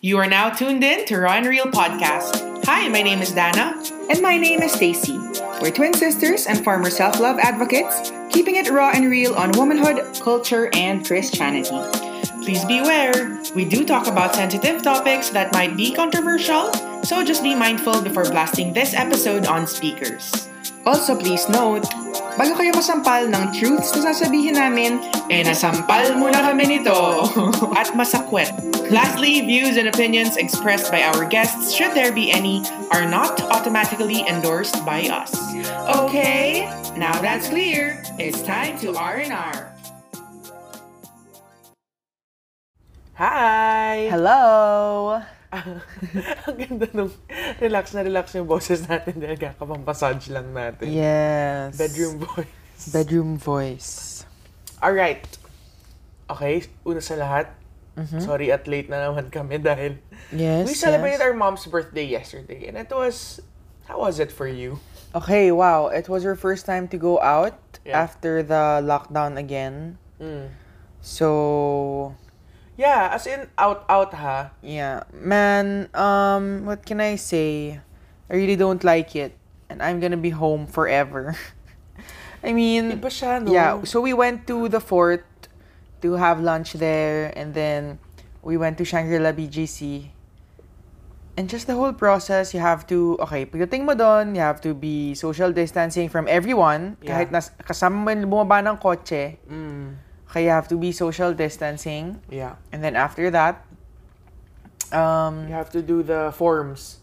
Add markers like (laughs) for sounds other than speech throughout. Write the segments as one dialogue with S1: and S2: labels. S1: You are now tuned in to Raw and Real Podcast. Hi, my name is Dana.
S2: And my name is Stacy. We're twin sisters and former self love advocates, keeping it raw and real on womanhood, culture, and Christianity.
S1: Please beware, we do talk about sensitive topics that might be controversial, so just be mindful before blasting this episode on speakers.
S2: Also, please note, bago kayo masampal ng truths na sasabihin namin,
S1: Eh, nasampal muna kami nito! (laughs) At masakwet. Lastly, views and opinions expressed by our guests, should there be any, are not automatically endorsed by us. Okay, now that's clear. It's time to R&R. Hi!
S2: Hello!
S1: (laughs) Ang ganda nung relax na relax yung boses natin dahil kakapang-massage lang natin.
S2: Yes.
S1: Bedroom voice.
S2: Bedroom voice.
S1: Alright. Okay, una sa lahat. Sorry at late na naman kami dahil
S2: Mm-hmm. Yes.
S1: we celebrated our mom's birthday yesterday and it was, how was it for you?
S2: Okay, wow. It was your first time to go out
S1: Yeah.
S2: after the lockdown again.
S1: Mm.
S2: So,
S1: Yeah, as in out-out ha.
S2: yeah. Man, um what can I say? I really don't like it and I'm going to be home forever. (laughs) I mean,
S1: Iba siya, no?
S2: yeah, so we went to the fort to have lunch there and then we went to Shangri-La BGC. And just the whole process, you have to, okay, pagdating mo doon, you have to be social distancing from everyone.
S1: Yeah.
S2: Kahit nas, kasama mo yung bumaba ng kotse,
S1: Mm.
S2: okay, you have to be social distancing.
S1: Yeah.
S2: And then after that, um,
S1: You have to do the forms.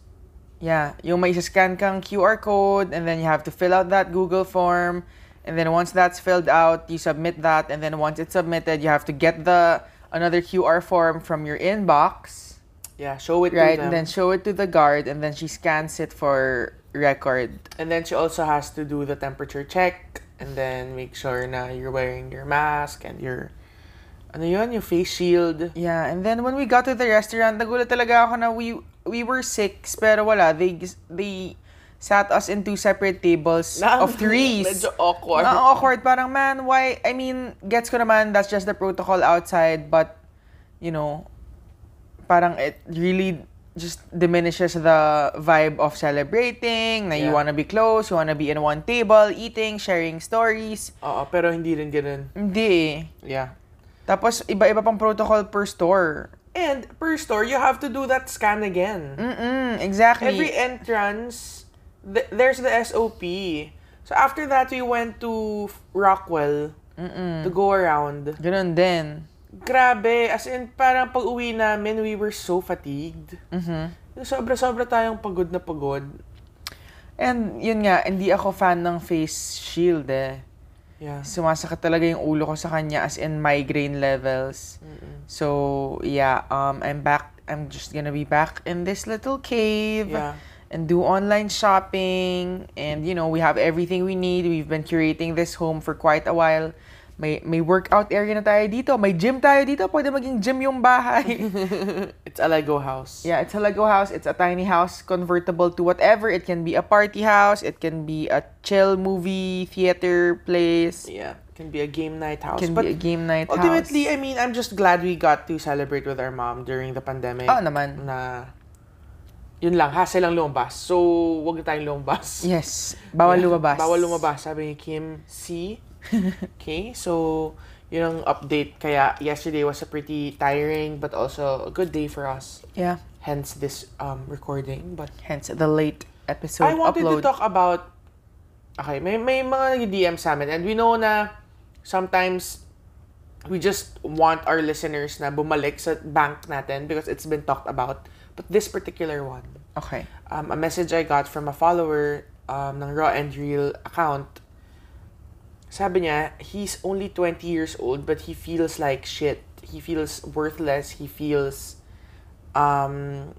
S2: yeah, yung may scan kang QR code and then you have to fill out that Google form. And then once that's filled out, you submit that. And then once it's submitted, you have to get the another QR form from your inbox,
S1: Yeah, show it
S2: right?
S1: to
S2: And
S1: them.
S2: then show it to the guard, and then she scans it for record.
S1: And then she also has to do the temperature check and then make sure na you're wearing your mask and your ano yun, your face shield.
S2: Yeah, and then when we got to the restaurant, nagulat talaga ako na we we were six pero wala they they sat us in two separate
S1: (laughs)
S2: tables of threes.
S1: Medyo awkward.
S2: Ang awkward parang man why I mean gets ko naman that's just the protocol outside but you know parang it really just diminishes the vibe of celebrating na you
S1: Yeah.
S2: wanna be close, you wanna be in one table, eating, sharing stories.
S1: Oo, pero hindi rin ganun.
S2: Hindi. eh.
S1: Yeah.
S2: Tapos iba-iba pang protocol per store.
S1: And per store, you have to do that scan again.
S2: Mm-mm, exactly.
S1: Every entrance, th- there's the SOP. So after that, we went to Rockwell to go around.
S2: Ganun din.
S1: Grabe, as in parang pag uwi namin, we were so fatigued.
S2: Mm-hmm.
S1: Yung Sobra-sobra tayong pagod na pagod.
S2: And yun nga, hindi ako fan ng face shield eh.
S1: Yeah.
S2: Sumasakit talaga yung ulo ko sa kanya as in migraine levels. So, yeah, um, I'm back. I'm just gonna be back in this little cave
S1: Yeah.
S2: and do online shopping. And, you know, we have everything we need. We've been curating this home for quite a while. May, may workout area na tayo dito. May gym tayo dito. Pwede maging gym yung bahay.
S1: It's Alego House.
S2: Yeah, it's a Lego house. It's a tiny house convertible to whatever. It can be a party house. It can be a chill movie theater place. It
S1: Yeah. Can be a game night house.
S2: can
S1: But
S2: be a game night
S1: ultimately, I
S2: house.
S1: mean, I'm just glad we got to celebrate with our mom during the pandemic.
S2: Oo naman.
S1: Na, yun lang, hassle lang lumabas. So, wag na tayong lumabas.
S2: Yes. Bawal
S1: Yeah.
S2: lumabas.
S1: Bawal lumabas, sabi ni Kim
S2: (laughs)
S1: C. okay, so, yun ang update. Kaya, yesterday was a pretty tiring but also a good day for us.
S2: Yeah.
S1: Hence this um, recording. But,
S2: Hence the late episode
S1: I wanted to
S2: upload.
S1: talk about, okay, may, may mga nag-DM sa amin. And we know na sometimes we just want our listeners na bumalik sa bank natin because it's been talked about. But this particular one,
S2: Okay.
S1: um, a message I got from a follower um, ng Raw and Real account. Sabi niya, he's only 20 years old but he feels like shit. He feels worthless. He feels um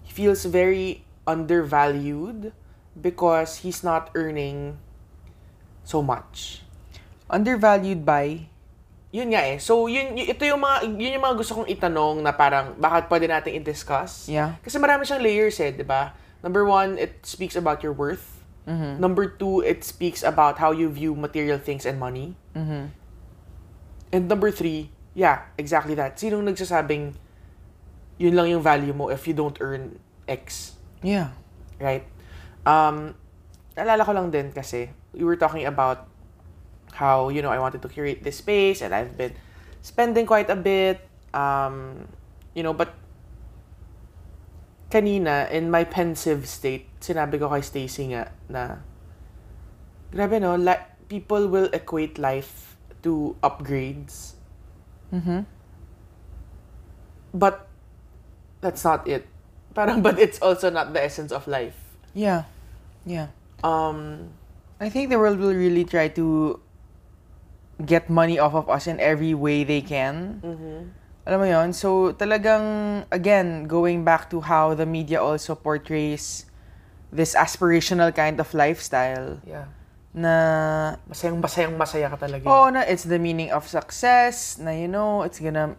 S1: he feels very undervalued because he's not earning so much.
S2: Undervalued by
S1: Yun nga eh. So, yun, y- ito yung mga, yun yung mga gusto kong itanong na parang bakit pwede natin i-discuss.
S2: Yeah.
S1: Kasi marami siyang layers eh, di ba? Number one, it speaks about your worth. Number two, it speaks about how you view material things and money. And number three, yeah, exactly that. Sinong nagsasabing yun lang yung value mo if you don't earn X.
S2: Yeah.
S1: Right? Um, naalala ko lang din kasi, we were talking about how, you know, I wanted to curate this space and I've been spending quite a bit, um, you know, but kanina, in my pensive state, sinabi ko kay Stacy nga na, grabe no, li- people will equate life to upgrades.
S2: Mm-hmm.
S1: But that's not it. (laughs) Parang, but it's also not the essence of life.
S2: Yeah. Yeah.
S1: Um,
S2: I think the world will really try to get money off of us in every way they can. Alam mo yon So, talagang, again, going back to how the media also portrays this aspirational kind of lifestyle
S1: yeah.
S2: na,
S1: Masayang masayang masaya ka talaga.
S2: oh, na it's the meaning of success, na, you know, it's gonna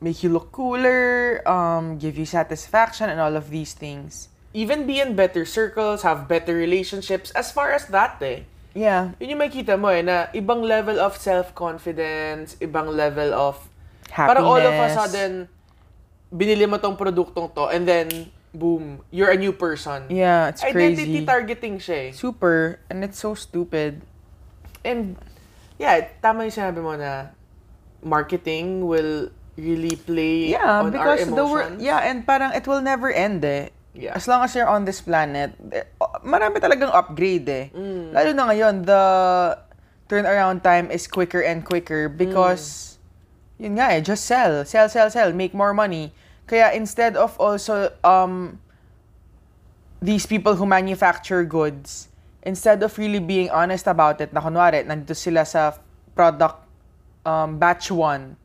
S2: make you look cooler, um, give you satisfaction, and all of these things.
S1: Even be in better circles, have better relationships, as far as that eh.
S2: Yeah,
S1: Yun yung makita mo eh, na ibang level of self-confidence, ibang level of...
S2: happiness.
S1: Parang all of a sudden, binili mo tong produktong to, and then, boom, you're a new person.
S2: Yeah, it's
S1: Identity
S2: crazy.
S1: targeting siya eh.
S2: Super, and it's so stupid.
S1: And yeah, tama yung sinabi mo na marketing will really play
S2: Yeah,
S1: on
S2: because
S1: our
S2: the world,
S1: emotions.
S2: yeah, and parang it will never end eh.
S1: Yeah.
S2: As long as you're on this planet, eh, oh, marami talagang upgrade eh.
S1: Mm.
S2: Lalo na ngayon, the turnaround time is quicker and quicker because,
S1: Mm.
S2: yun nga eh, just sell. Sell, sell, sell. Make more money. Kaya instead of also, um, these people who manufacture goods, instead of really being honest about it, na kunwari, nandito sila sa product um, batch 1,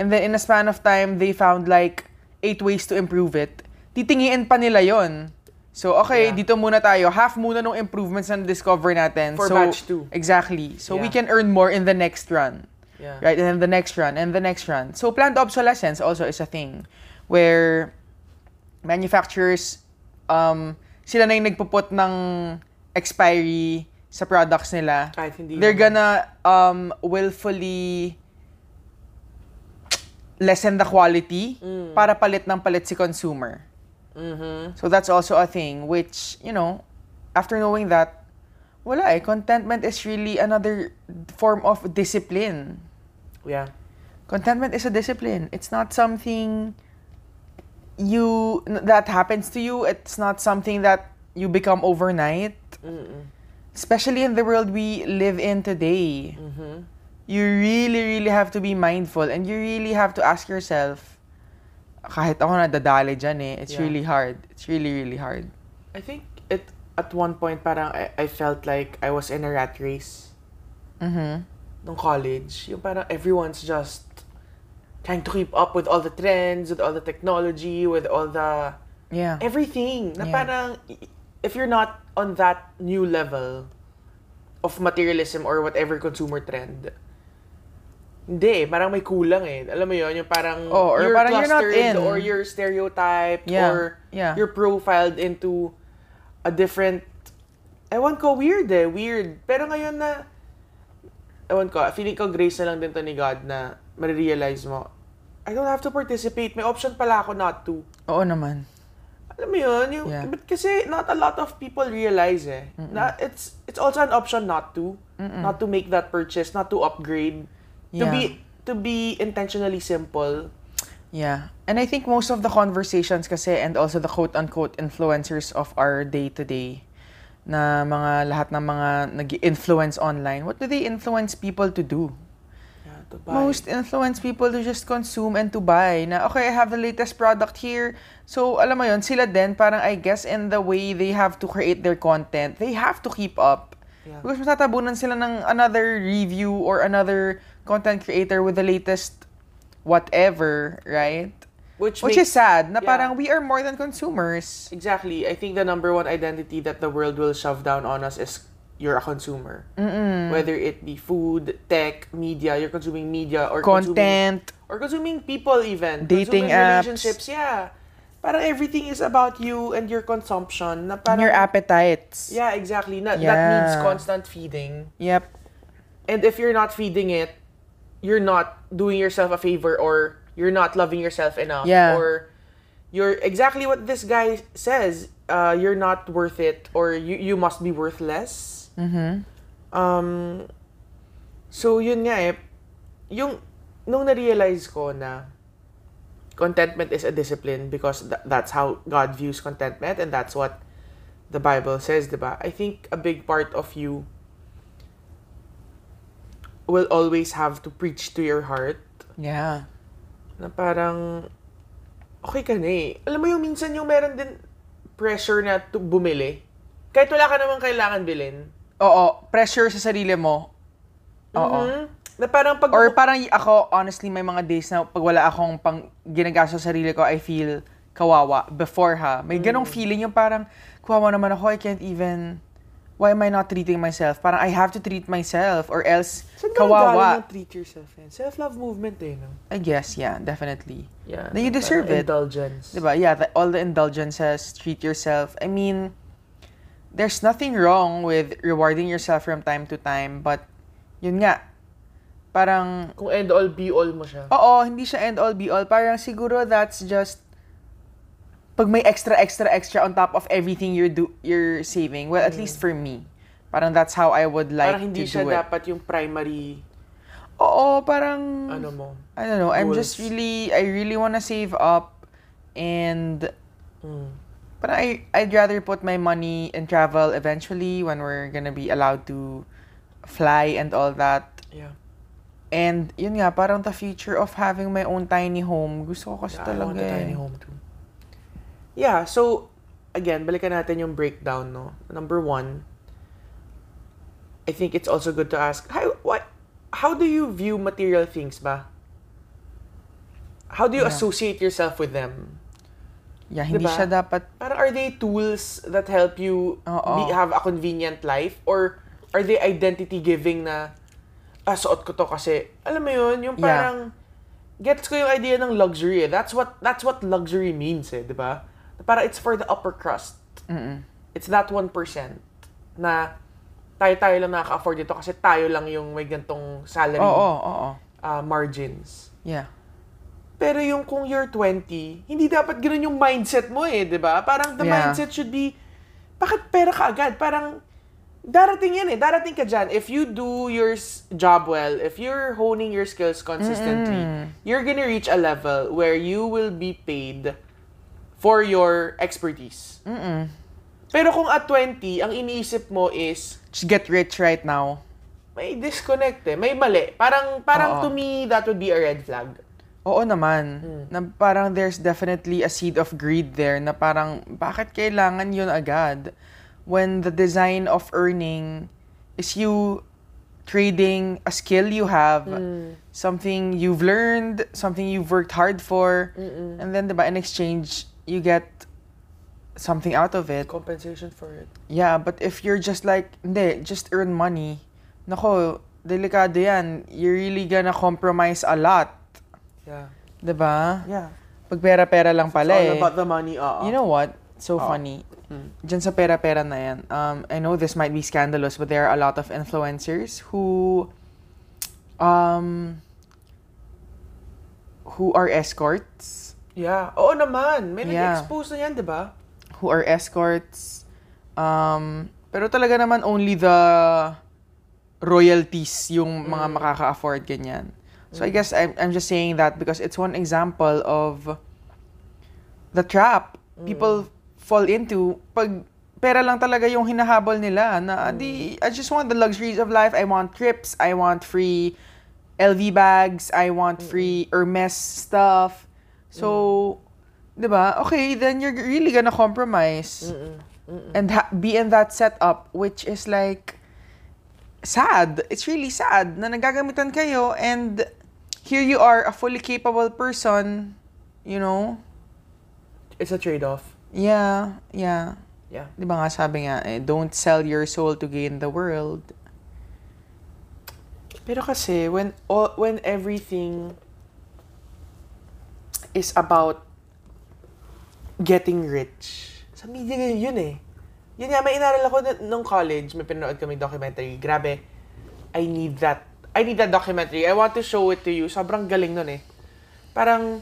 S2: And then in a span of time, they found like eight ways to improve it. Titingiin pa nila yon. So, okay,
S1: Yeah.
S2: dito muna tayo. Half muna ng improvements na discover natin.
S1: For
S2: so,
S1: batch two.
S2: Exactly. So, we
S1: Yeah.
S2: can earn more in the next run.
S1: Yeah.
S2: Right? And then the next run, and the next run. So, planned obsolescence also is a thing where manufacturers, um, sila na yung nagpuput ng expiry sa products nila.
S1: Kahit hindi
S2: They're
S1: naman.
S2: gonna um, willfully lessen the quality
S1: Mm.
S2: para palit ng palit si consumer.
S1: Mm-hmm.
S2: So that's also a thing which, you know, after knowing that, wala eh, contentment is really another form of discipline.
S1: Yeah.
S2: Contentment is a discipline. It's not something you that happens to you. It's not something that you become overnight. Especially in the world we live in today.
S1: Mm-hmm.
S2: You really really have to be mindful and you really have to ask yourself kahit ako nadadali dyan eh. It's
S1: Yeah.
S2: really hard. It's really really hard.
S1: I think it at one point parang I, I felt like I was in a rat race
S2: Mhm.
S1: nung college. Yung parang everyone's just trying to keep up with all the trends, with all the technology, with all the
S2: Yeah.
S1: everything. Na
S2: Yeah.
S1: parang i- if you're not on that new level of materialism or whatever consumer trend, hindi eh, parang may kulang eh. Alam mo yun, yung parang
S2: Oh, or parang you're not in.
S1: or you're stereotyped
S2: Yeah,
S1: or
S2: yeah.
S1: you're profiled into a different Ewan ko, weird eh, weird. Pero ngayon na, ewan ko, feeling ko grace na lang din to ni God na marirealize mo, I don't have to participate. May option pala ako not to.
S2: Oo naman.
S1: Alam mo yun, yung,
S2: Yeah.
S1: but kasi not a lot of people realize eh, na it's it's also an option not to, not to make that purchase, not to upgrade, to
S2: Yeah.
S1: be to be intentionally simple.
S2: Yeah. And I think most of the conversations kasi and also the quote-unquote influencers of our day-to-day na mga lahat ng mga nag influence online, what do they influence people to do?
S1: Yeah, to buy.
S2: Most influence people to just consume and to buy. Na, okay, I have the latest product here. So, alam mo yon sila din, parang I guess in the way they have to create their content, they have to keep up.
S1: Yeah.
S2: Because mas natabunan sila ng another review or another content creator with the latest whatever, right?
S1: which
S2: Which
S1: makes,
S2: is sad,
S1: yeah.
S2: na parang we are more than consumers.
S1: exactly, I think the number one identity that the world will shove down on us is you're a consumer. Whether it be food, tech, media, you're consuming media or consuming
S2: Content.
S1: or consuming people even
S2: Dating
S1: consuming
S2: apps.
S1: relationships yeah parang everything is about you and your consumption na parang
S2: Your appetites.
S1: yeah exactly na, that
S2: Yeah.
S1: means constant feeding
S2: Yep.
S1: and if you're not feeding it you're not doing yourself a favor or you're not loving yourself enough
S2: Yeah.
S1: or you're exactly what this guy says uh, you're not worth it or you, you must be worthless
S2: Mhm.
S1: um so yun nga eh yung nung na-realize ko na contentment is a discipline because th- that's how God views contentment and that's what the Bible says, di ba? I think a big part of you will always have to preach to your heart
S2: Yeah.
S1: na parang okay ka na eh. Alam mo yung minsan yung meron din pressure na to bumili. Kahit wala ka namang kailangan bilhin.
S2: Oo, pressure sa sarili mo. Oo.
S1: Mhm. Na parang pag...
S2: Or parang y- ako, honestly, may mga days na pag wala akong pang ginagasto sa sarili ko, I feel kawawa before ha.
S1: Mm.
S2: May ganong feeling yung parang, kawawa naman ako, I can't even, why am I not treating myself? Parang I have to treat myself or else
S1: Saan ka nanggaling
S2: kawawa.
S1: na treat yourself yan? Self-love movement eh, no?
S2: I guess, yeah, definitely.
S1: Yeah.
S2: Then you deserve
S1: parang
S2: it.
S1: Indulgence.
S2: Diba? Yeah, the, all the indulgences, treat yourself. I mean, there's nothing wrong with rewarding yourself from time to time, but yun nga, parang,
S1: Kung end all be all mo siya.
S2: oo, hindi siya end all be all. Parang siguro that's just, pag may extra, extra, extra on top of everything you're, do, you're saving, well, at least for me, parang that's how I would
S1: Mm.
S2: like
S1: parang hindi
S2: to
S1: siya
S2: do it.
S1: dapat yung primary
S2: Oo, parang,
S1: ano mo.
S2: I don't know, I'm just
S1: goals.
S2: really, I really wanna save up, and
S1: Mm.
S2: But I, I'd rather put my money in travel eventually when we're gonna be allowed to fly and all that.
S1: Yeah.
S2: And yun nga, parang the future of having my own tiny home. Gusto ko kasi
S1: Yeah, I
S2: talaga
S1: want a
S2: eh.
S1: tiny home too. Yeah, so again, balikan natin yung breakdown, no. Number one, I think it's also good to ask, how what how do you view material things ba? How do you
S2: Yeah.
S1: associate yourself with them?
S2: Yeah, hindi
S1: Diba?
S2: siya dapat,
S1: Parang are they tools that help you
S2: Oo.
S1: be, have a convenient life or are they identity giving na ah, suot ko to kasi alam mo yun yung
S2: Yeah.
S1: parang gets ko yung idea ng luxury eh. that's what that's what luxury means eh di ba para it's for the upper crust
S2: mm
S1: it's that 1% na tayo-tayo lang nakaka-afford ito kasi tayo lang yung may gantong salary
S2: Oo, oo, oo.
S1: uh, margins
S2: Yeah.
S1: pero yung kung you're 20, hindi dapat ganun yung mindset mo eh, di ba? Parang the
S2: Yeah.
S1: mindset should be, bakit pera ka agad? Parang, darating yan eh, darating ka dyan. If you do your s- job well, if you're honing your skills consistently, you're gonna reach a level where you will be paid for your expertise.
S2: Mm-mm.
S1: Pero kung at 20, ang iniisip mo is,
S2: Just get rich right now.
S1: may disconnect eh, may mali. Parang, parang
S2: Oo.
S1: to me, that would be a red flag.
S2: Oo naman. Na parang there's definitely a seed of greed there na parang bakit kailangan yun agad when the design of earning is you trading a skill you have, something you've learned, something you've worked hard for, and then diba, in exchange, you get something out of it.
S1: Compensation for it.
S2: Yeah, but if you're just like, hindi, just earn money, nako, delikado yan. You're really gonna compromise a lot.
S1: Yeah.
S2: Diba?
S1: Yeah.
S2: Pag pera-pera lang pala
S1: It's all
S2: eh.
S1: about the money, oo.
S2: You know what? So
S1: Oo.
S2: funny.
S1: Mm.
S2: Diyan sa pera-pera na yan, um, I know this might be scandalous, but there are a lot of influencers who, um, who are escorts,
S1: Yeah. Oo naman. May
S2: Yeah.
S1: nag-expose na yan, di ba?
S2: who are escorts, um, pero talaga naman only the royalties yung mga makaka-afford ganyan. So I guess I'm, I'm just saying that because it's one example of the trap people fall into pag pera lang talaga yung hinahabol nila na "Ah, di I just want the luxuries of life. I want trips, I want free LV bags, I want free Hermes stuff. So, 'di ba? Okay, then you're really gonna compromise and ha- be in that setup which is like sad. It's really sad na nagagamitan kayo and here you are a fully capable person, you know?
S1: It's a trade-off.
S2: Yeah, yeah.
S1: Yeah.
S2: Di ba nga sabi nga eh, don't sell your soul to gain the world.
S1: Pero kasi, when, all, when everything is about getting rich, sa media ngayon yun eh. Yun nga, may inaral ako na, nung college, may pinanood kami documentary. Grabe, I need that. I need that documentary. I want to show it to you. Sobrang galing nun eh. parang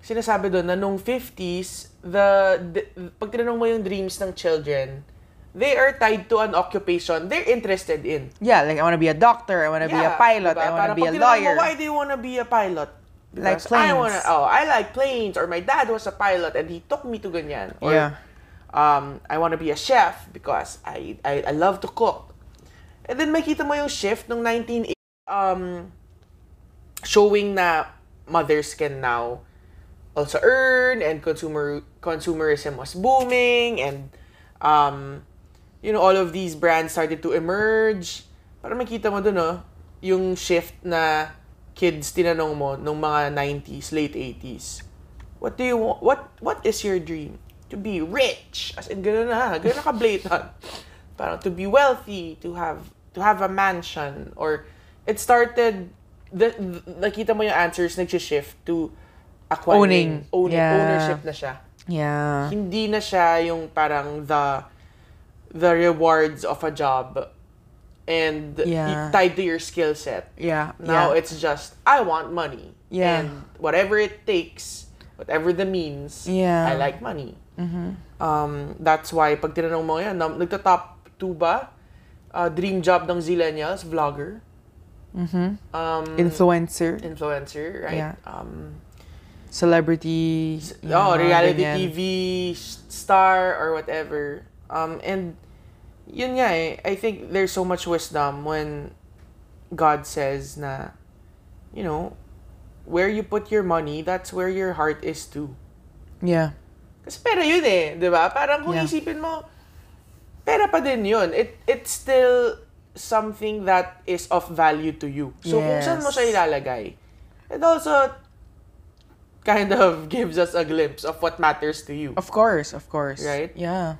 S1: sinasabi doon na nung 50s, the, the pag tinanong mo yung dreams ng children, they are tied to an occupation they're interested in.
S2: Yeah, like I want to be a doctor, I want to be a pilot,
S1: diba?
S2: I want
S1: Parang
S2: to be
S1: pag
S2: a
S1: tinanong mo, eh,
S2: lawyer.
S1: why do you want to be a pilot?
S2: Like
S1: Because I
S2: planes.
S1: wanna, oh, I like planes or my dad was a pilot and he took me to ganyan. Or,
S2: yeah.
S1: um, I want to be a chef because I, I, I love to cook. And then makita mo yung shift nung 1980, um, showing na mothers can now also earn and consumer consumerism was booming and um, you know, all of these brands started to emerge. Para makita mo dun, oh, yung shift na kids tinanong mo nung mga 90s, late 80s. What do you want? What, what is your dream? To be rich. As in, ganun na, ganun na ka-blatant. Parang to be wealthy, to have, to have a mansion, or it started, the, the, nakita mo yung answers nag-shift to acquiring,
S2: Owning. Yeah.
S1: ownership na siya
S2: Yeah.
S1: hindi na siya yung parang the the rewards of a job and
S2: Yeah.
S1: y- tied to your skill set.
S2: Yeah.
S1: Now
S2: yeah.
S1: it's just I want money.
S2: Yeah.
S1: And whatever it takes, whatever the means,
S2: Yeah. Mm-hmm.
S1: I like money. Um, that's why pag tinanong mo yan, nam- nagta-top 2 ba? Uh, dream job ng Zillennials, vlogger, um,
S2: Mm-hmm. influencer,
S1: influencer, right?
S2: Yeah.
S1: Um,
S2: celebrity, yung
S1: oh,
S2: mga
S1: reality
S2: ganyan.
S1: TV s- star or whatever. Um, and yun nga eh, I think there's so much wisdom when God says na, you know, where you put your money, that's where your heart is too.
S2: Yeah.
S1: Kasi pera yun eh, di ba? Parang kung
S2: Yeah.
S1: isipin mo, pera pa din yun. It, it's still something that is of value to you. So kung saan mo
S2: Yes.
S1: siya ilalagay, it also kind of (laughs) gives us a glimpse of what matters to you.
S2: Of course, of course.
S1: Right?
S2: Yeah.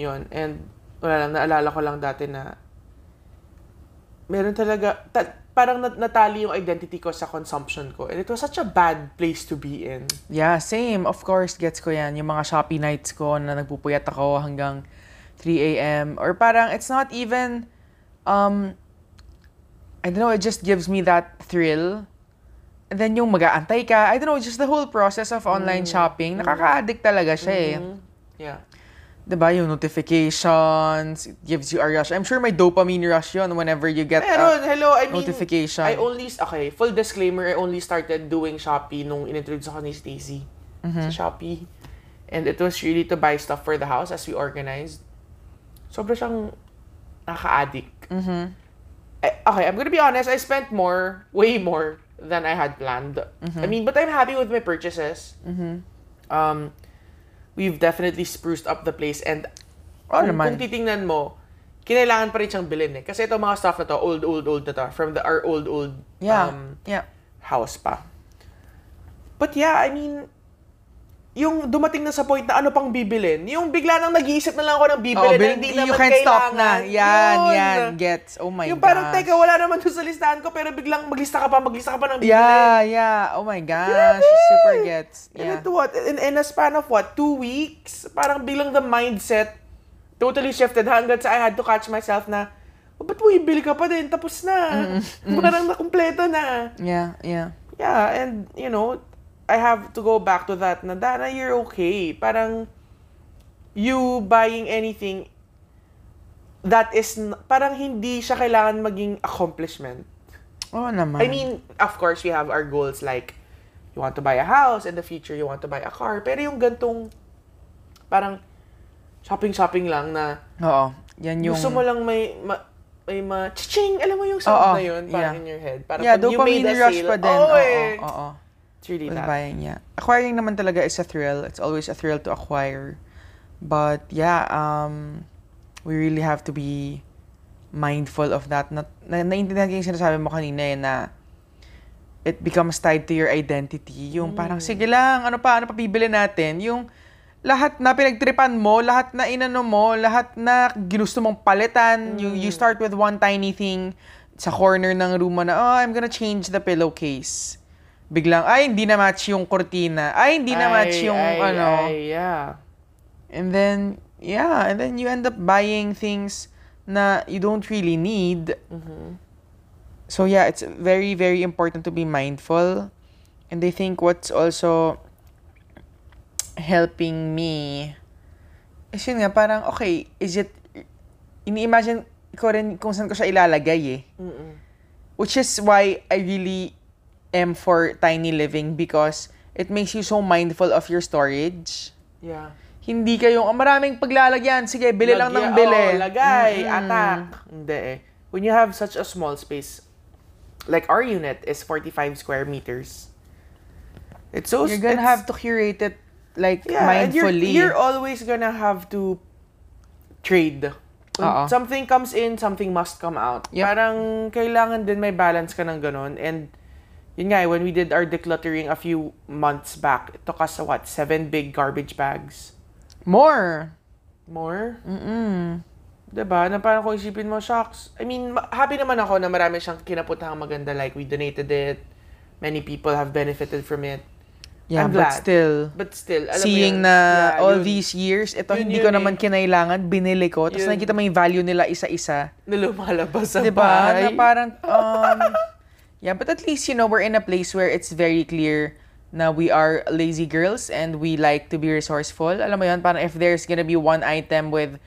S1: Yun. And wala lang, naalala ko lang dati na meron talaga, ta- parang nat- natali yung identity ko sa consumption ko. And it was such a bad place to be in.
S2: Yeah, same. Of course, gets ko yan. Yung mga Shopee nights ko na nagpupuyat ako hanggang 3 a.m. Or parang, it's not even, um, I don't know, it just gives me that thrill. And then yung mag-aantay ka, I don't know, just the whole process of online
S1: Mm.
S2: shopping, nakaka-addict talaga siya eh.
S1: Mm-hmm. Yeah.
S2: 'Di ba Yung notifications, it gives you a rush. I'm sure may dopamine rush yon whenever you get
S1: Meron,
S2: a
S1: hello, I mean,
S2: notification.
S1: I only, okay, full disclaimer, I only started doing Shopee nung inintroduce ako ni Stacy sa Shopee. And it was really to buy stuff for the house as we organized. Sobra siyang nakaka-addict. I- okay, I'm gonna be honest, I spent more, way more than I had planned.
S2: Mm-hmm.
S1: I mean, but I'm happy with my purchases. Um, we've definitely spruced up the place and
S2: Oo
S1: kung,
S2: naman.
S1: kung titingnan mo, kinailangan pa rin siyang bilhin eh. Kasi itong mga stuff na to, old, old, old na to, from the, our old, old
S2: yeah,
S1: um,
S2: yeah.
S1: house pa. But yeah, I mean, yung dumating na sa point na ano pang bibilin, yung bigla nang nag-iisip na lang ako ng
S2: Oh,
S1: bibilin na hindi naman
S2: you can't stop na.
S1: kailangan.
S2: Yan,
S1: Yun.
S2: yan. Gets. Oh my
S1: yung parang,
S2: gosh.
S1: teka, wala naman doon sa listahan ko, pero biglang maglista ka pa, maglista ka pa ng bibilin.
S2: Yeah, yeah. Oh my gosh.
S1: Grabe!
S2: Super gets.
S1: And
S2: Yeah.
S1: it what? In, in a span of what? Two weeks? Parang bilang the mindset totally shifted hanggang sa I had to catch myself na, oh, ba't mo ibili ka pa din? Tapos na. (laughs) Parang nakumpleto na.
S2: Yeah, yeah.
S1: Yeah, and you know, I have to go back to that na, Dana, you're okay. Parang, you buying anything that is, n- parang hindi siya kailangan maging accomplishment.
S2: Oh naman.
S1: I mean, of course, we have our goals like you want to buy a house in the future, you want to buy a car. Pero yung gantong parang shopping-shopping lang na
S2: Oo. Yan yung...
S1: gusto mo lang may ma, may ma ching alam mo yung sound
S2: Oo,
S1: na yun parang
S2: yeah.
S1: in your head. Parang
S2: yeah,
S1: pag you made
S2: dopamine
S1: a
S2: rush
S1: sale,
S2: pa din.
S1: oh,
S2: Oo,
S1: eh.
S2: oo, oo.
S1: It's really
S2: With
S1: that.
S2: buying, yeah. Acquiring naman talaga is a thrill. It's always a thrill to acquire. But yeah, um, we really have to be mindful of that. Na, na, naiintindihan ko yung sinasabi mo kanina eh, na it becomes tied to your identity. Yung
S1: Mm.
S2: parang, sige lang, ano pa, ano pa bibili natin? Yung lahat na pinagtripan mo, lahat na inano mo, lahat na ginusto mong palitan. You,
S1: Mm.
S2: you start with one tiny thing sa corner ng room mo na, oh, I'm gonna change the pillowcase. Biglang, ay, hindi na match yung kortina. Ay, hindi na match
S1: Ay,
S2: yung
S1: ay,
S2: ano.
S1: ay, yeah.
S2: And then, yeah, and then you end up buying things na you don't really need. So yeah, it's very, very important to be mindful And I think what's also helping me is yun nga, parang, okay, is it, ini-imagine ko rin kung saan ko siya ilalagay eh.
S1: Mm-mm.
S2: Which is why I really am for tiny living because it makes you so mindful of your storage.
S1: Yeah.
S2: Hindi kayong, oh, maraming paglalagyan, sige, bili lang
S1: Lagyan-
S2: ng bili.
S1: oo, lagay,
S2: Mm-mm.
S1: atak. Hindi eh. When you have such a small space, like our unit is 45 square meters. It's so...
S2: You're gonna
S1: it's-
S2: have to curate it, like,
S1: yeah, and you're-
S2: mindfully.
S1: You're, always gonna have to trade. When
S2: Oo.
S1: Something comes in, something must come out.
S2: Yep.
S1: Parang kailangan din may balance ka ng ganun. And yun nga, eh, when we did our decluttering a few months back, it took us, what, seven big garbage bags?
S2: More.
S1: More?
S2: Mm-mm.
S1: 'Di ba? Diba? Na parang kung isipin mo, shocks. I mean, ma- happy naman ako na marami siyang kinaputahang maganda. Like, we donated it. Many people have benefited from it.
S2: Yeah,
S1: I'm
S2: but
S1: glad.
S2: still,
S1: But still, alam mo
S2: seeing
S1: yun,
S2: na
S1: yeah,
S2: all
S1: yun,
S2: these years, ito
S1: Yun,
S2: hindi
S1: yun
S2: ko
S1: eh.
S2: naman kinailangan, binili ko. Tapos
S1: Yun.
S2: nakikita mo yung value nila isa-isa.
S1: Na lumalabas sa
S2: Di ba?
S1: bahay.
S2: Diba? Na parang, um, yeah, but at least, you know, we're in a place where it's very clear na we are lazy girls and we like to be resourceful. Alam mo yun, parang if there's gonna be one item with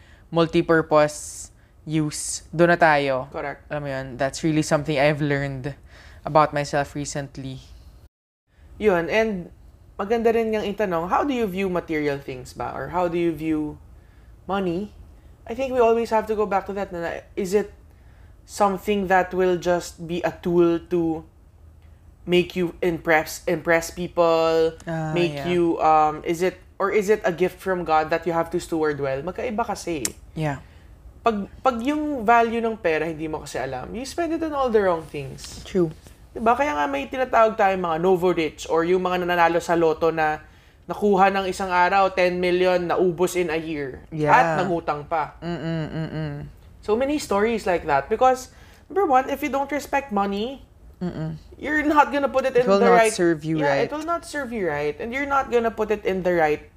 S2: multi-purpose use, doon na tayo.
S1: Correct.
S2: Alam mo yun, that's really something I've learned about myself recently.
S1: Yun, and maganda rin yung itanong, how do you view material things ba? Or how do you view money? I think we always have to go back to that. na- na- Is it something that will just be a tool to make you impress impress people,
S2: Ah,
S1: make
S2: yeah.
S1: you um is it or is it a gift from God that you have to steward well? Magkaiba kasi. eh.
S2: Yeah.
S1: Pag pag yung value ng pera hindi mo kasi alam, you spend it on all the wrong things.
S2: True.
S1: Diba? Kaya nga may tinatawag tayong mga Novorich or yung mga nananalo sa loto na nakuha ng isang araw 10 million naubos in a year
S2: Yeah.
S1: at nangutang pa.
S2: Mm-mm, mm-mm.
S1: So many stories like that because number one, if you don't respect money, you're not gonna put it in
S2: will
S1: the
S2: not
S1: right
S2: serve you
S1: yeah, it
S2: right.
S1: will not serve you right and you're not gonna put it in the right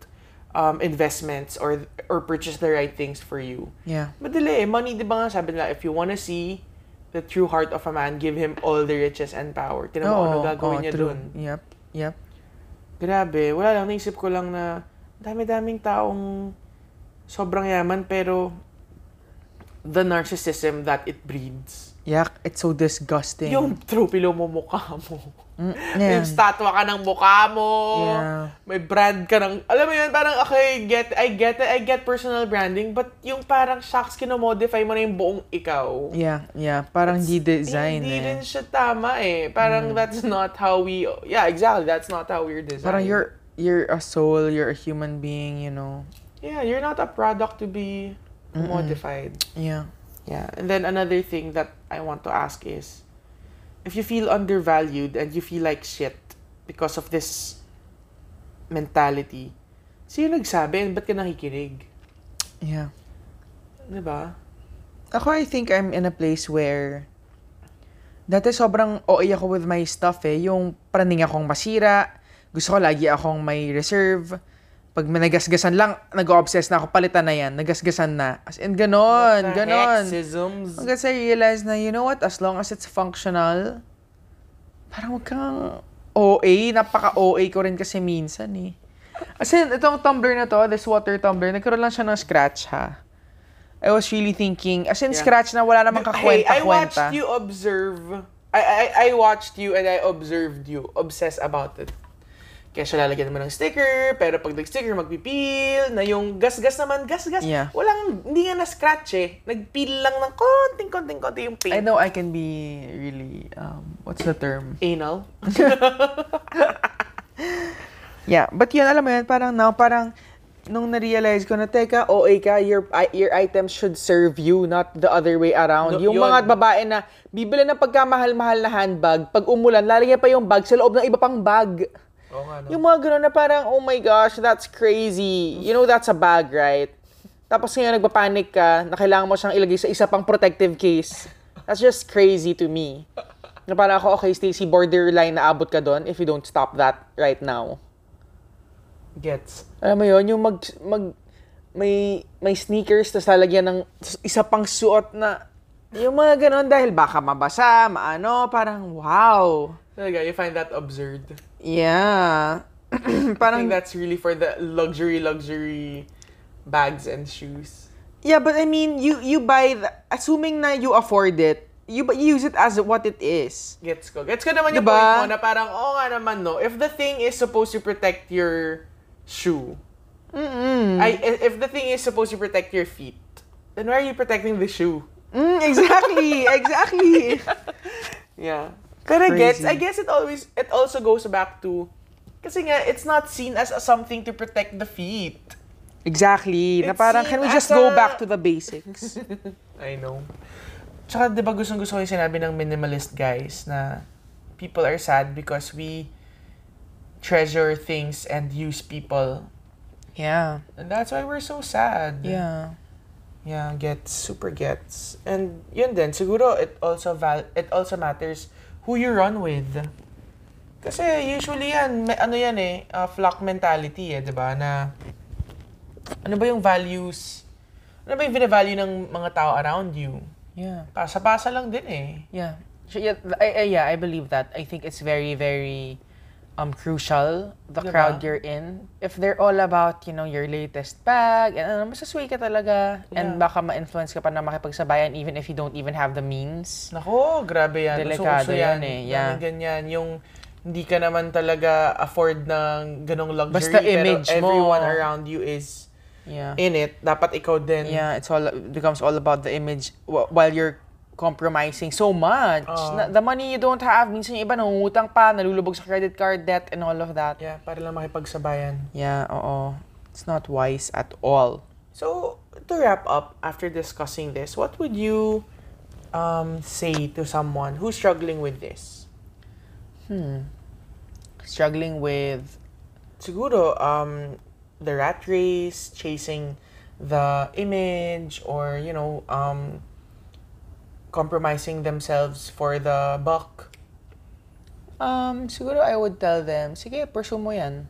S1: um, investments or or purchase the right things for you.
S2: Yeah.
S1: Madali eh. Money, di ba nga sabi nila, if you wanna see the true heart of a man, give him all the riches and power. Tinan mo kung ano gagawin
S2: oo,
S1: niya
S2: true.
S1: dun.
S2: Yep, yep.
S1: Grabe. Wala lang. Naisip ko lang na dami-daming taong sobrang yaman pero the narcissism that it breeds.
S2: Yak, it's so disgusting.
S1: Yung tropilo mo mukha mo.
S2: Mm, yeah.
S1: Yung statwa ka ng mukha mo.
S2: Yeah.
S1: May brand ka ng... Alam mo yun, parang okay, get, I get it. I get personal branding. But yung parang shocks, kinomodify mo na yung buong ikaw.
S2: Yeah, yeah. Parang di design
S1: Hindi
S2: eh. Hmm.
S1: rin siya tama eh. Parang that's not how we... Yeah, exactly. That's not how we're designed.
S2: Parang you're you're a soul, you're a human being, you know.
S1: Yeah, you're not a product to be modified.
S2: Yeah.
S1: Yeah. And then another thing that I want to ask is if you feel undervalued and you feel like shit because of this mentality, sino nagsabi and ba't ka nakikinig?
S2: Yeah.
S1: Diba?
S2: Ako, I think I'm in a place where dati sobrang OA ako with my stuff eh. Yung praning akong masira, gusto ko lagi akong may reserve. Pag may nagasgasan lang, nag-obsess na ako, palitan na yan, nagasgasan na. As in, ganon,
S1: Parang
S2: ganon.
S1: Sexisms.
S2: Hanggang sa realize na, you know what, as long as it's functional, parang huwag kang OA. Napaka-OA ko rin kasi minsan eh. As in, itong tumbler na to, this water tumbler, nagkaroon lang siya ng scratch ha. I was really thinking, as in
S1: Yeah.
S2: scratch na wala namang
S1: Hey, I
S2: kakwenta-kwenta.
S1: watched you observe. I, I, I watched you and I observed you. Obsess about it. Kaya siya lalagyan naman ng sticker, pero pag nag-sticker, magpipil, na yung gas-gas naman, gas-gas.
S2: Yeah.
S1: Walang, hindi nga na-scratch eh. Nagpil lang ng konting-konting-konti yung
S2: I
S1: paint.
S2: know I can be really, um, what's the term? (laughs)
S1: Anal.
S2: Yeah, but yun, alam mo yun, parang now, parang nung na-realize ko na, teka, OA ka, your, i- your items should serve you, not the other way around.
S1: No,
S2: yung
S1: yun.
S2: mga babae na, bibili ng pagkamahal-mahal na handbag, pag umulan, lalagyan pa yung bag sa loob ng iba pang bag.
S1: Oo nga, no?
S2: Yung mga ganun na parang, oh my gosh, that's crazy. You know that's a bag, right? Tapos ngayon, nagpapanik ka, na kailangan mo siyang ilagay sa isa pang protective case. That's just crazy to me. Na parang ako, okay, Stacey, borderline na abot ka doon if you don't stop that right now.
S1: Gets.
S2: Alam mo yun, yung mag, mag, may, may sneakers, tas lalagyan ng tas isa pang suot na, yung mga ganun dahil baka mabasa, maano, parang wow.
S1: Talaga, you find that absurd.
S2: Yeah. (clears throat)
S1: I think
S2: Parang,
S1: that's really for the luxury, luxury bags and shoes.
S2: yeah, but I mean, you you buy, the, assuming na you afford it, you, bu- you use it as what it is.
S1: Gets ko. Gets ko naman yung
S2: Diba?
S1: point mo na parang, oo nga naman, no? If the thing is supposed to protect your shoe,
S2: Mm-mm.
S1: I, i- if the thing is supposed to protect your feet, then why are you protecting the shoe?
S2: Mm, (laughs) exactly, exactly.
S1: Yeah. But I guess,
S2: Crazy.
S1: I guess it always, it also goes back to, kasi nga, it's not seen as a something to protect the feet.
S2: Exactly. na
S1: It's
S2: parang,
S1: seen
S2: can we
S1: as
S2: just go
S1: a-
S2: back to the basics?
S1: I know. Tsaka, di ba gustong gusto ko yung sinabi ng minimalist guys na people are sad because we treasure things and use people.
S2: yeah,
S1: And that's why we're so sad.
S2: yeah.
S1: Yeah, gets, super gets. And yun din, siguro it also val it also matters who you run with. Kasi usually yan, may, ano yan eh, uh, flock mentality eh, di ba? Na, ano ba yung values, ano ba yung vina-value ng mga tao around you?
S2: Yeah.
S1: Pasa-pasa lang din eh.
S2: Yeah. So, yeah, th- I, I, yeah, I believe that. I think it's very, very um, crucial, the
S1: Diba?
S2: crowd you're in. If they're all about, you know, your latest bag, and ano, masasway ka talaga. And
S1: Yeah.
S2: baka ma-influence ka pa na makipagsabayan even if you don't even have the means.
S1: Nako, grabe yan. Delikado
S2: Delikado
S1: yan,
S2: yan eh, yeah.
S1: Daming ganyan. Yung hindi ka naman talaga afford ng ganong luxury.
S2: Basta image
S1: pero
S2: mo.
S1: everyone around you is
S2: Yeah.
S1: in it. Dapat ikaw din.
S2: yeah, it's all becomes all about the image wh- while you're compromising so much.
S1: Oo.
S2: Na- the money you don't have, minsan yung iba nangungutang pa, nalulubog sa credit card debt and all of that.
S1: Yeah, para lang makipagsabayan.
S2: Yeah, oo. It's not wise at all.
S1: So, to wrap up, after discussing this, what would you um, say to someone who's struggling with this?
S2: Struggling with
S1: Siguro, um, the rat race, chasing the image, or, you know, um, compromising themselves for the buck.
S2: Um, siguro I would tell them, sige, pursue mo yan.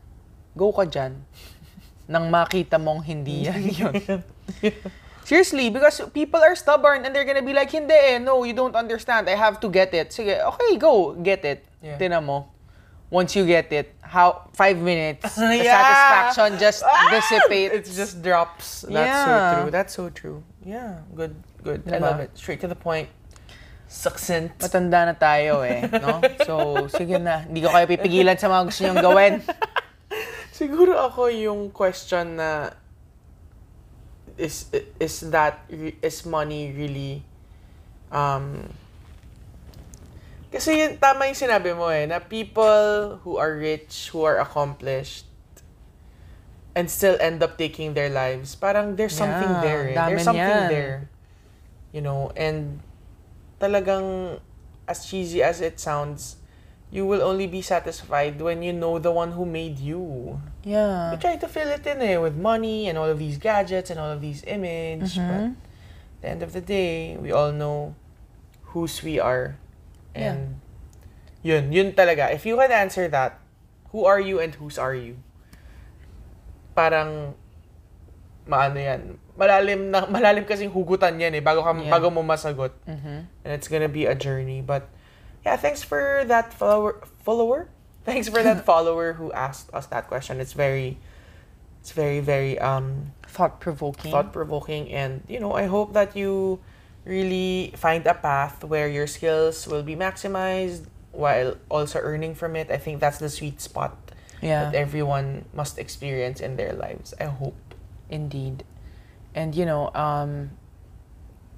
S2: Go ka dyan. (laughs) Nang makita mong
S1: (laughs)
S2: hindi yan yun. Seriously, because people are stubborn and they're gonna be like, hindi eh, no, you don't understand. I have to get it. Sige, okay, go, get it.
S1: Yeah.
S2: Tinan mo. Once you get it, how five
S1: (laughs)
S2: minutes, the
S1: Yeah.
S2: satisfaction just dissipates.
S1: Ah! It just drops. That's
S2: Yeah.
S1: so true. That's so true. Yeah, good, good. I
S2: Diba?
S1: love it. Straight to the point. Succinct.
S2: Matanda na tayo eh, no? So, sige na, hindi ko kayo pipigilan sa mga gusto niyong
S1: (laughs)
S2: gawin.
S1: Siguro ako yung question na is is that re- is money really um kasi yun, tama yung sinabi mo eh, na people who are rich, who are accomplished, and still end up taking their lives, parang there's something
S2: Yeah,
S1: there. Eh.
S2: dami
S1: There's something
S2: niyan.
S1: there. You know, and talagang as cheesy as it sounds, you will only be satisfied when you know the one who made you. We
S2: Yeah.
S1: try to fill it in eh, with money and all of these gadgets and all of these image. But at the end of the day, we all know whose we are.
S2: Yeah.
S1: And yun, yun talaga. If you can answer that, who are you and whose are you? Parang maano yan. Malalim na (laughs) malalim kasing hugutan yan eh bago ka,
S2: Yeah.
S1: bago mo masagot.
S2: Mhm.
S1: And it's gonna be a journey. But yeah, thanks for that follower follower. (laughs) Thanks for
S2: (laughs)
S1: that follower who asked us that question. It's very it's very, very um
S2: Thought-provoking.
S1: thought provoking and you know, I hope that you really find a path where your skills will be maximized while also earning from it. I think that's the sweet spot
S2: yeah.
S1: that everyone must experience in their lives. I hope.
S2: Indeed. And you know, um,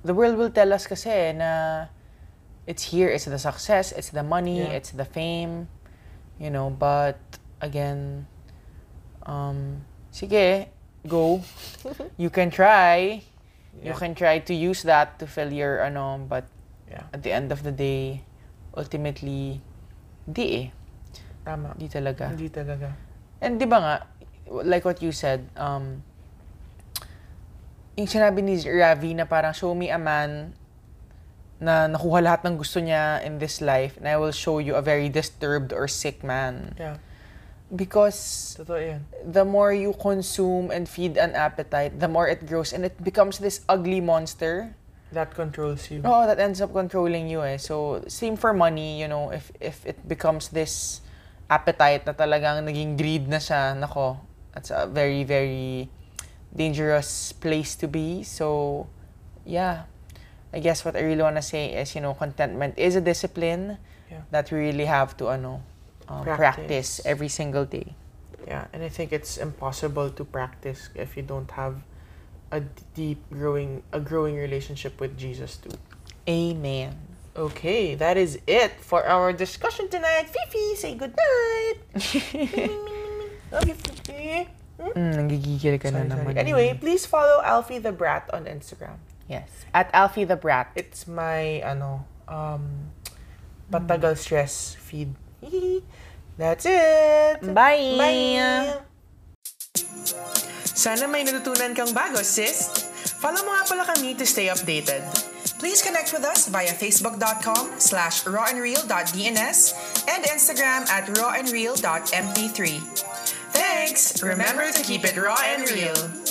S2: the world will tell us kasi na it's here, it's the success, it's the money,
S1: Yeah.
S2: it's the fame, you know, but again, um, sige,
S1: (laughs)
S2: go. you can try. You
S1: Yeah.
S2: can try to use that to fill your ano, but
S1: Yeah.
S2: at the end of the day, ultimately, di eh.
S1: Tama.
S2: Di talaga.
S1: Hindi talaga.
S2: And di ba nga, like what you said, um, yung sinabi ni Ravi na parang show me a man na nakuha lahat ng gusto niya in this life and I will show you a very disturbed or sick man.
S1: Yeah.
S2: Because
S1: Totoo yan.
S2: the more you consume and feed an appetite, the more it grows and it becomes this ugly monster.
S1: That controls you.
S2: Oh, that ends up controlling you eh. So same for money, you know, if if it becomes this appetite na talagang naging greed na siya. Nako, that's a very, very dangerous place to be. So, yeah. I guess what I really wanna say is, you know, contentment is a discipline
S1: Yeah.
S2: that we really have to, ano, um, practice.
S1: Practice.
S2: every single day.
S1: Yeah, and I think it's impossible to practice if you don't have a d- deep growing a growing relationship with Jesus too.
S2: Amen.
S1: Okay, that is it for our discussion tonight. Fifi, say goodnight. Love you, Fifi.
S2: Mm, nagigigil ka
S1: Sorry,
S2: na naman.
S1: sorry. Anyway, please follow Alfie the Brat on Instagram.
S2: Yes. At Alfie the Brat.
S1: It's my ano um patagal stress feed. (laughs) That's it.
S2: Bye!
S1: Bye. Sana may natutunan kang bago, sis. Follow mo nga pala kami to stay updated. Please connect with us via facebook.com slash rawandreal.dns and Instagram at rawandreal.mp3. Thanks! Remember to keep it raw and real.